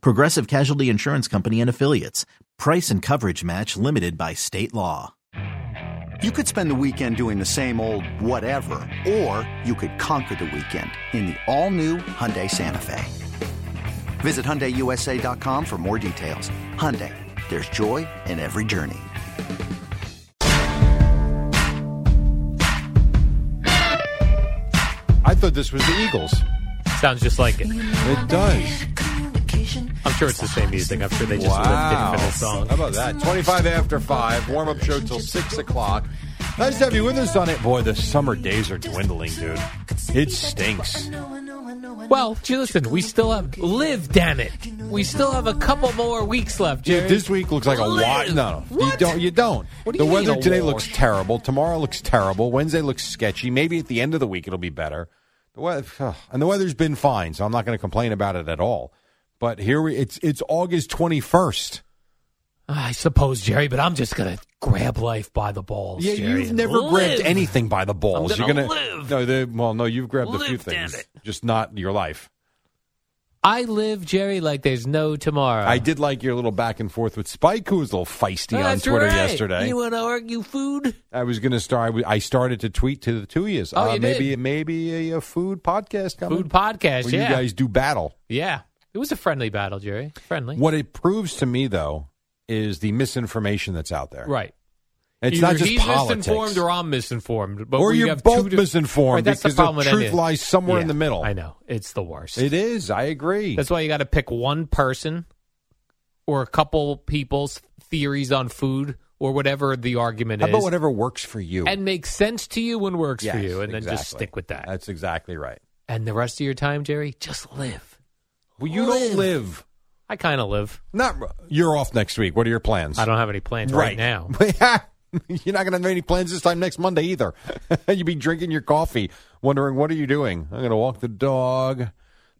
Progressive Casualty Insurance Company and Affiliates. Price and coverage match limited by state law. You could spend the weekend doing the same old whatever, or you could conquer the weekend in the all-new Hyundai Santa Fe. Visit HyundaiUSA.com for more details. Hyundai, there's joy in every journey. I thought this was the Eagles. Sounds just like it. It does. I'm sure it's the same music. I'm sure they just Wow. lived it for this How song. about that? 25 after 5, warm up show till 6 o'clock. Nice to have you with us on it. Boy, the summer days are dwindling, dude. It stinks. Well, gee, listen, we still have live. Damn it, we still have a couple more weeks left, Dude, Jerry. this week looks like a wash. No, no. you What? don't. You don't. What do the you mean, weather a today wash? looks terrible. Tomorrow looks terrible. Wednesday looks sketchy. Maybe at the end of the week it'll be better. The weather, ugh. and the weather's been fine, so I'm not going to complain about it at all. But here we, it's it's August 21st. Ah, I suppose, Jerry, but I'm just gonna grab life by the balls. Yeah, Jerry, you've and never grabbed live. anything by the balls. I'm You're gonna gonna live. no, the, well, no, you've grabbed a few Live, damn things, it. just not your life. I live, Jerry, like there's no tomorrow. I did like your little back and forth with Spike, who was a little feisty on Oh, That's Twitter right. yesterday. You want to argue food? I was going to start. I w- I started to tweet to the two of yous. Oh, uh, you maybe did. maybe a, a food podcast coming. Food podcast. where yeah, you guys do battle. yeah. It was a friendly battle, Jerry. Friendly, What it proves to me though is the misinformation that's out there. right? It's Either not just he's politics. misinformed or I'm misinformed. But Or we you're have both two di- misinformed Right, that's because the the problem with truth any- lies somewhere in the middle. I know it's the worst. It is. I agree. That's why you got to pick one person or a couple people's theories on food or whatever the argument How is, about whatever works for you? and makes sense to you and works for Yes, you, and then just exactly. Uh, stick with that. That's exactly right. and the rest of your time, Jerry, just live. Well, you don't live. I kind of live. Not you're off next week. What are your plans? I don't have any plans right, now. you're not going to have any plans this time next Monday either. You'd be drinking your coffee, wondering what are you doing. I'm going to walk the dog. I'm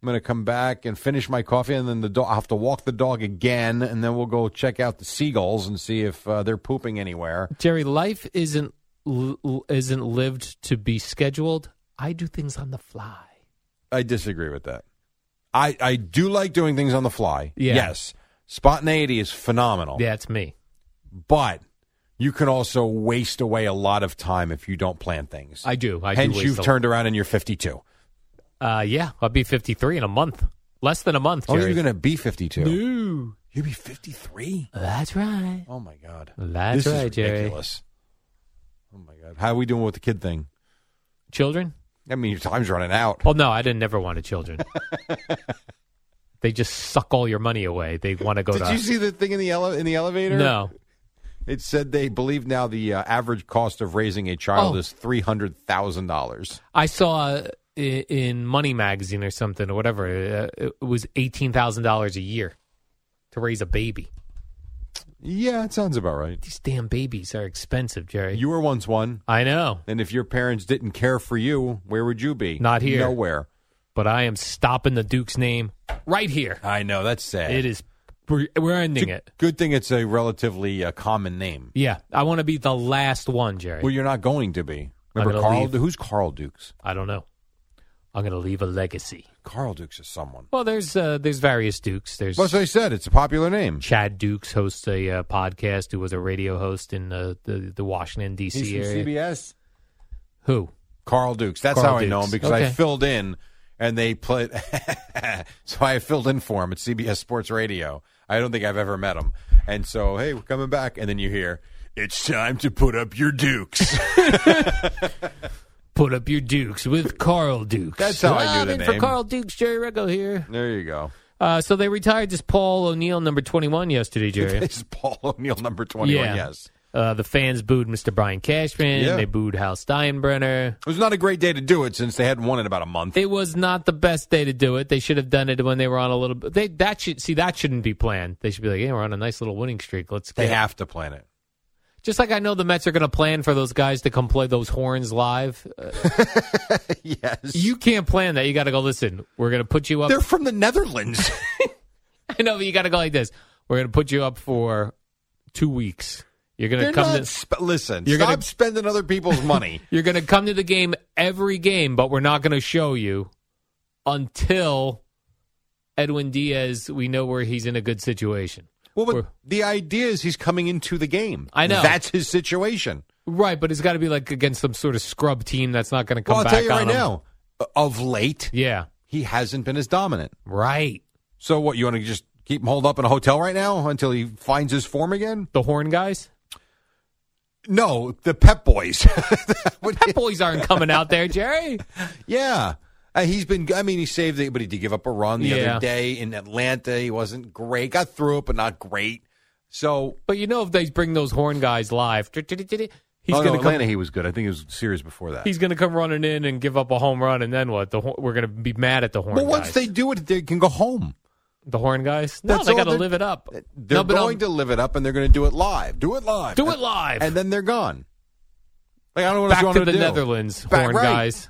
going to come back and finish my coffee, and then the dog. I have to walk the dog again, and then we'll go check out the seagulls and see if uh, they're pooping anywhere. Jerry, life isn't l- l- isn't lived to be scheduled. I do things on the fly. I disagree with that. I I do like doing things on the fly. Yeah. Yes, spontaneity is phenomenal. Yeah, it's me. but you can also waste away a lot of time if you don't plan things. I do. I Hence, do waste you've a- turned around and you're 52. Uh, yeah, I'll be fifty-three in a month. Less than a month, Oh, Jerry. you're going to be 52. Ooh, You'll be 53. that's right. Oh my God. That's this right, is Jerry. ridiculous. Oh my God. How are we doing with the kid thing? Children? I mean, your time's running out. Well, no, I didn't. Never wanted children. they just suck all your money away. They want to go Did to you see the thing in the ele- in the elevator? no. It said they believe now the uh, average cost of raising a child Oh. is three hundred thousand dollars. I saw uh, i- in Money Magazine or something or whatever. Uh, it was eighteen thousand dollars a year to raise a baby. Yeah, it sounds about right. These damn babies are expensive, Jerry. You were once one. I know, And if your parents didn't care for you, where would you be? Not here. Nowhere. but I am stopping the Duke's name right here. I know. That's sad. It is. We're, we're ending it. Good thing it's a relatively uh, common name. Yeah, I want to be the last one, Jerry. Well, you're not going to be. I'm Remember gonna Carl? leave. Who's Carl Dukes? I don't know. I'm going to leave a legacy. Carl Dukes is someone. Well, there's uh, there's various Dukes. There's Plus, I said it's a popular name. Chad Dukes hosts a uh, podcast. Who was a radio host in uh, the the Washington D.C. area. CBS. Who? Carl Dukes. That's Carl how I know Dukes. him because I Okay. filled in and they played. so I filled in for him at CBS Sports Radio. I don't think I've ever met him. And so, hey, we're coming back. And then you hear, it's time to put up your Dukes. Put up your Dukes with Carl Dukes. That's how I knew I'm the in name. for Carl Dukes. Jerry Recco here. there you go. Uh, so they retired this Paul O'Neill number 21 yesterday, Jerry. It's Paul O'Neill, number 21. Yeah. Yes. Uh, the fans booed Mr. Brian Cashman. Yeah. They booed Hal Steinbrenner. It was not a great day to do it since they hadn't won in about a month. It was not the best day to do it. They should have done it when they were on a little. bit. They that should see that shouldn't be planned. They should be like, yeah, we're on a nice little winning streak. Let's They get- have to plan it. Just like I know the Mets are going to plan for those guys to come play those horns live. Uh, Yes. you can't plan that. You got to go. Listen, we're going to put you up. They're from the Netherlands. I know, but you got to go like this. We're going to put you up for two weeks. You're going They're to come. not. to, sp- listen, You're stop gonna- spending other people's money. You're going to come to the game every game, but we're not going to show you until Edwin Diaz. We know where he's in a good situation. Well, but We're- the idea is he's coming into the game. I know. that's his situation. Right, but it's got to be like against some sort of scrub team that's not going to come well, I'll back tell you on right him. now. uh, Of late, Yeah, he hasn't been as dominant. right. So what? You want to just keep him holed up in a hotel right now until he finds his form again? The Horn guys. No, the Pep Boys. What- Pep boys aren't coming out there, Jerry. yeah. Uh, he's been. I mean, he saved it, but he did give up a run the Yeah. other day in Atlanta. He wasn't great. Got through it, but not great. So But you know, if they bring those Horn guys live, he's Oh, going no, to come. Atlanta. He was good. I think it was series before that. He's going to come running in and give up a home run, and then what? The Hor- we're going to be mad at the Horn. But once guys. they do it, they can go home. the Horn guys, no, That's they all got to they're- live it up. They're No, but going I'm- to live it up, and they're going to do it live. Do it live. do And- it live. and then they're gone. Like I don't know what else back you want them to the do. Netherlands, Back- horn right. guys.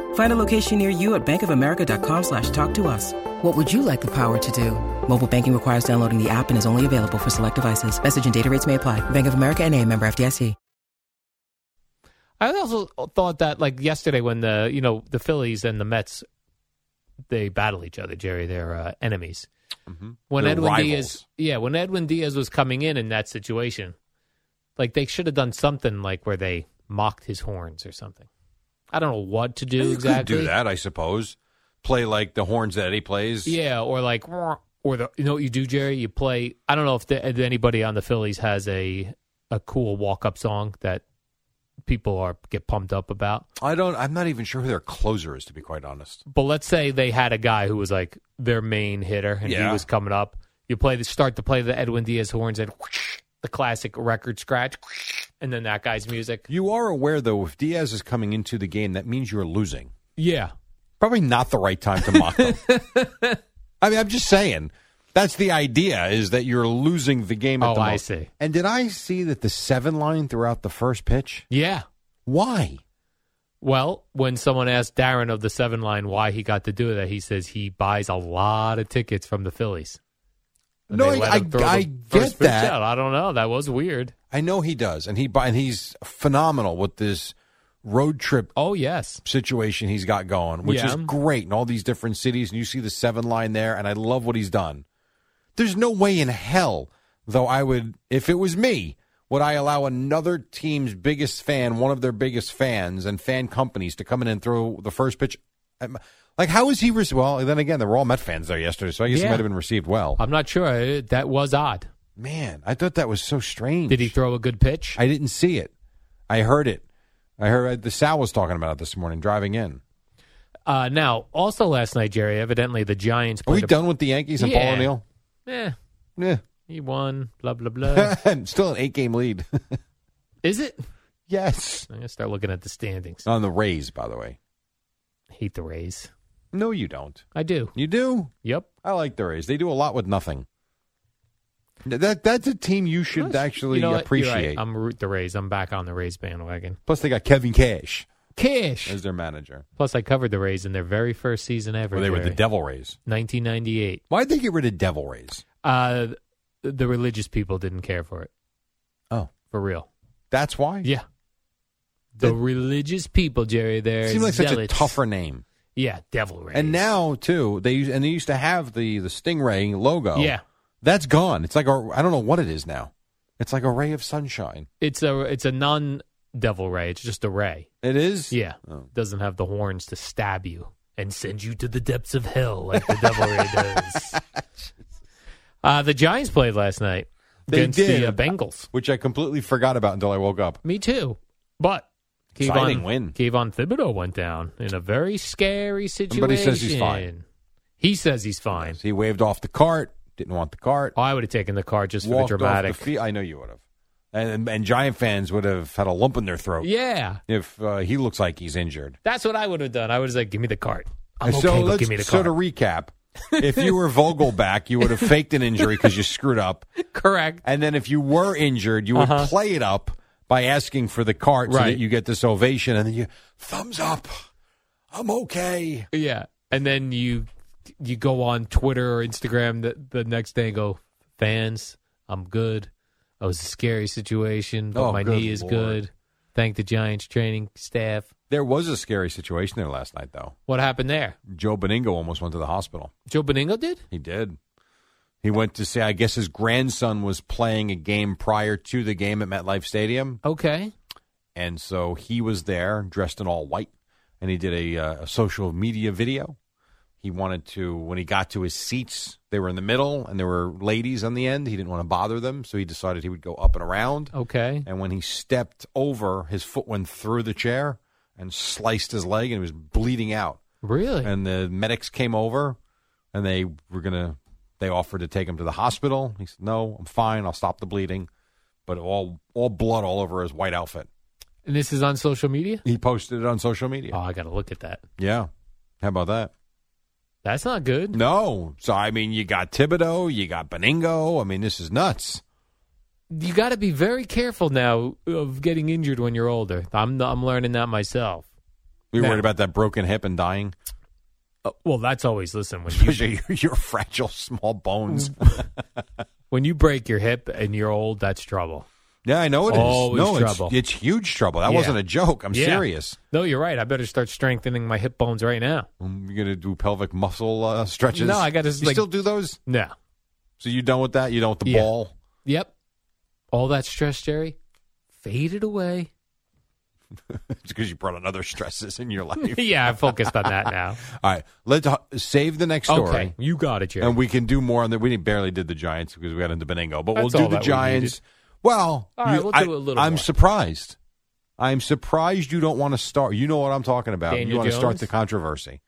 Find a location near you at bankofamerica.com slash talk to us. What would you like the power to do? Mobile banking requires downloading the app and is only available for select devices. Message and data rates may apply. Bank of America and a member FDIC. I also thought that like yesterday when the you know the Phillies and the Mets they battle each other, Jerry. They're uh, enemies. When Mm-hmm. They're Edwin rivals. Diaz, yeah, when Edwin Diaz was coming in in that situation, like they should have done something like where they mocked his horns or something. I don't know what to do You exactly. could do that, I suppose. Play like the horns that Eddie plays. Yeah, or like, or the you know what you do, Jerry? You play. I don't know if, the, if anybody on the Phillies has a a cool walk up song that people are get pumped up about. I don't. I'm not even sure who their closer is, to be quite honest. But let's say they had a guy who was like their main hitter, and Yeah. he was coming up. You play the start to play the Edwin Diaz horns and the classic record scratch, and then that guy's music. You are aware, though, if Diaz is coming into the game, that means you're losing. Yeah, Probably not the right time to mock them. I mean, I'm just saying. That's the idea is that you're losing the game. At Oh, the I mo- see. And did I see that the seven line throughout the first pitch? yeah. Why? Well, when someone asked Darren of the seven line why he got to do that, he says he buys a lot of tickets from the Phillies. And No, they let I- him throw I- I the get first pitch that. out. I don't know. That was weird. I know he does, and he bu- and he's phenomenal with this road trip Oh yes, situation he's got going, which is Yeah. great in all these different cities. And you see the seven line there, and I love what he's done. There's no way in hell, though, I would if it was me. Would I allow another team's biggest fan, one of their biggest fans and fan companies, to come in and throw the first pitch? Um, Like, how is he? Re- well, then again, there were all Met fans there yesterday, so I guess he Yeah. might have been received well. I'm not sure. Uh, That was odd. Man, I thought that was so strange. Did he throw a good pitch? I didn't see it. I heard it. I heard uh, the Sal was talking about it this morning driving in. Uh, now, also last night, Jerry. Evidently, the Giants. Are we played a- done with the Yankees and Yeah. Paul O'Neill? Eh, Yeah. he won. Blah blah blah. Still an eight game lead. Is it? yes. I'm gonna start looking at the standings. On the Rays, by the way. Hate the Rays. No, you don't. I do. You do? Yep. I like the Rays. They do a lot with nothing. That that's a team you should Plus, actually you know what? You're appreciate. Right. I'm root the Rays. I'm back on the Rays bandwagon. Plus, they got Kevin Cash Cash. as their manager. Plus, I covered the Rays in their very first season ever. Where they were the Jerry. Devil Rays. 1998. Why'd they get rid of Devil Rays? Uh, th- the religious people didn't care for it, Oh, for real. that's why. Yeah. The That- religious people, Jerry, they're seemed like such a zealots. tougher name. Yeah, devil rays. And now too, they use- and they used to have the the stingray logo. Yeah. that's gone. It's like a, I don't know what it is now. It's like a ray of sunshine. It's a it's a non devil ray. It's just a ray. It is? Yeah. Oh. Doesn't have the horns to stab you and send you to the depths of hell like the devil ray does. Uh, the Giants played last night They against did. the uh, Bengals. Which I completely forgot about until I woke up. Me too. But Exciting Kayvon, win. Kayvon Thibodeau went down in a very scary situation. Somebody says he's fine. He says he's fine. He waved off the cart, didn't want the cart. I would have taken the card just walked for the off dramatic. the fe- I know you would have. And, and Giant fans would have had a lump in their throat yeah, if uh, he looks like he's injured. that's what I would have done. I would have said, "Give me the card." I'm And okay, so but let's give me the so card. to recap, if you were Vogelback, you would have faked an injury because you screwed up, Correct. and then if you were injured, you would Uh-huh. play it up by asking for the cart so that Right. you get this ovation, and then you thumbs up, I'm okay. Yeah, and then you you go on Twitter or Instagram the, the next day and go, "Fans, I'm good. It was a scary situation, but Oh, my good knee is Lord. good. Thank the Giants training staff." There was a scary situation there last night, though. What happened there? Joe Beningo almost went to the hospital. Joe Beningo did. He did. He went to see. I guess his grandson was playing a game prior to the game at MetLife Stadium, Okay. and so he was there dressed in all white, and he did a, uh, a social media video. He wanted to when he got to his seats, they were in the middle, and there were ladies on the end. He didn't want to bother them, so he decided he would go up and around. Okay. And when he stepped over, his foot went through the chair and sliced his leg, and he was bleeding out Really? and the medics came over and they were gonna they offered to take him to the hospital he said no i'm fine i'll stop the bleeding but all all blood all over his white outfit And this is on social media? he posted it on social media Oh, I got to look at that. yeah how about that That's not good. no so i mean you got thibodeau you got beningo i mean this is nuts You got to be very careful now of getting injured when you're older. I'm I'm learning that myself. you're Yeah. worried about that broken hip and dying Oh. Uh, well, that's always listen when you especially your, your fragile small bones when you break your hip and you're old, that's trouble. yeah i know it is Always no it's- trouble. It's, huge trouble that Yeah. wasn't a joke i'm Yeah. serious No, you're right. I better start strengthening my hip bones right now. Um, You're gonna do pelvic muscle uh, stretches. No, I gotta, You like- still do those? No. So you done with that? You done with the Yeah. ball? Yep. All that stress, Jerry, faded away. It's because you brought on other stresses in your life. yeah, I'm focused on that now. All right, let's uh, save the next story, Okay, you got it, Jerry. and we can do more on that. We barely did the Giants because we got into Beningo, but That's we'll all do the that we Giants. needed. well, All right, you- we'll I, do a little I'm more. surprised. I'm surprised you don't want to start. You know what I'm talking about. you Daniel want to start Jones? the controversy,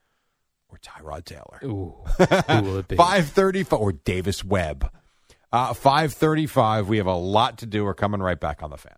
or Tyrod Taylor. Ooh, who will it be? Five thirty-five or Davis Webb. Uh, Five thirty-five. We have a lot to do. We're coming right back on the fan.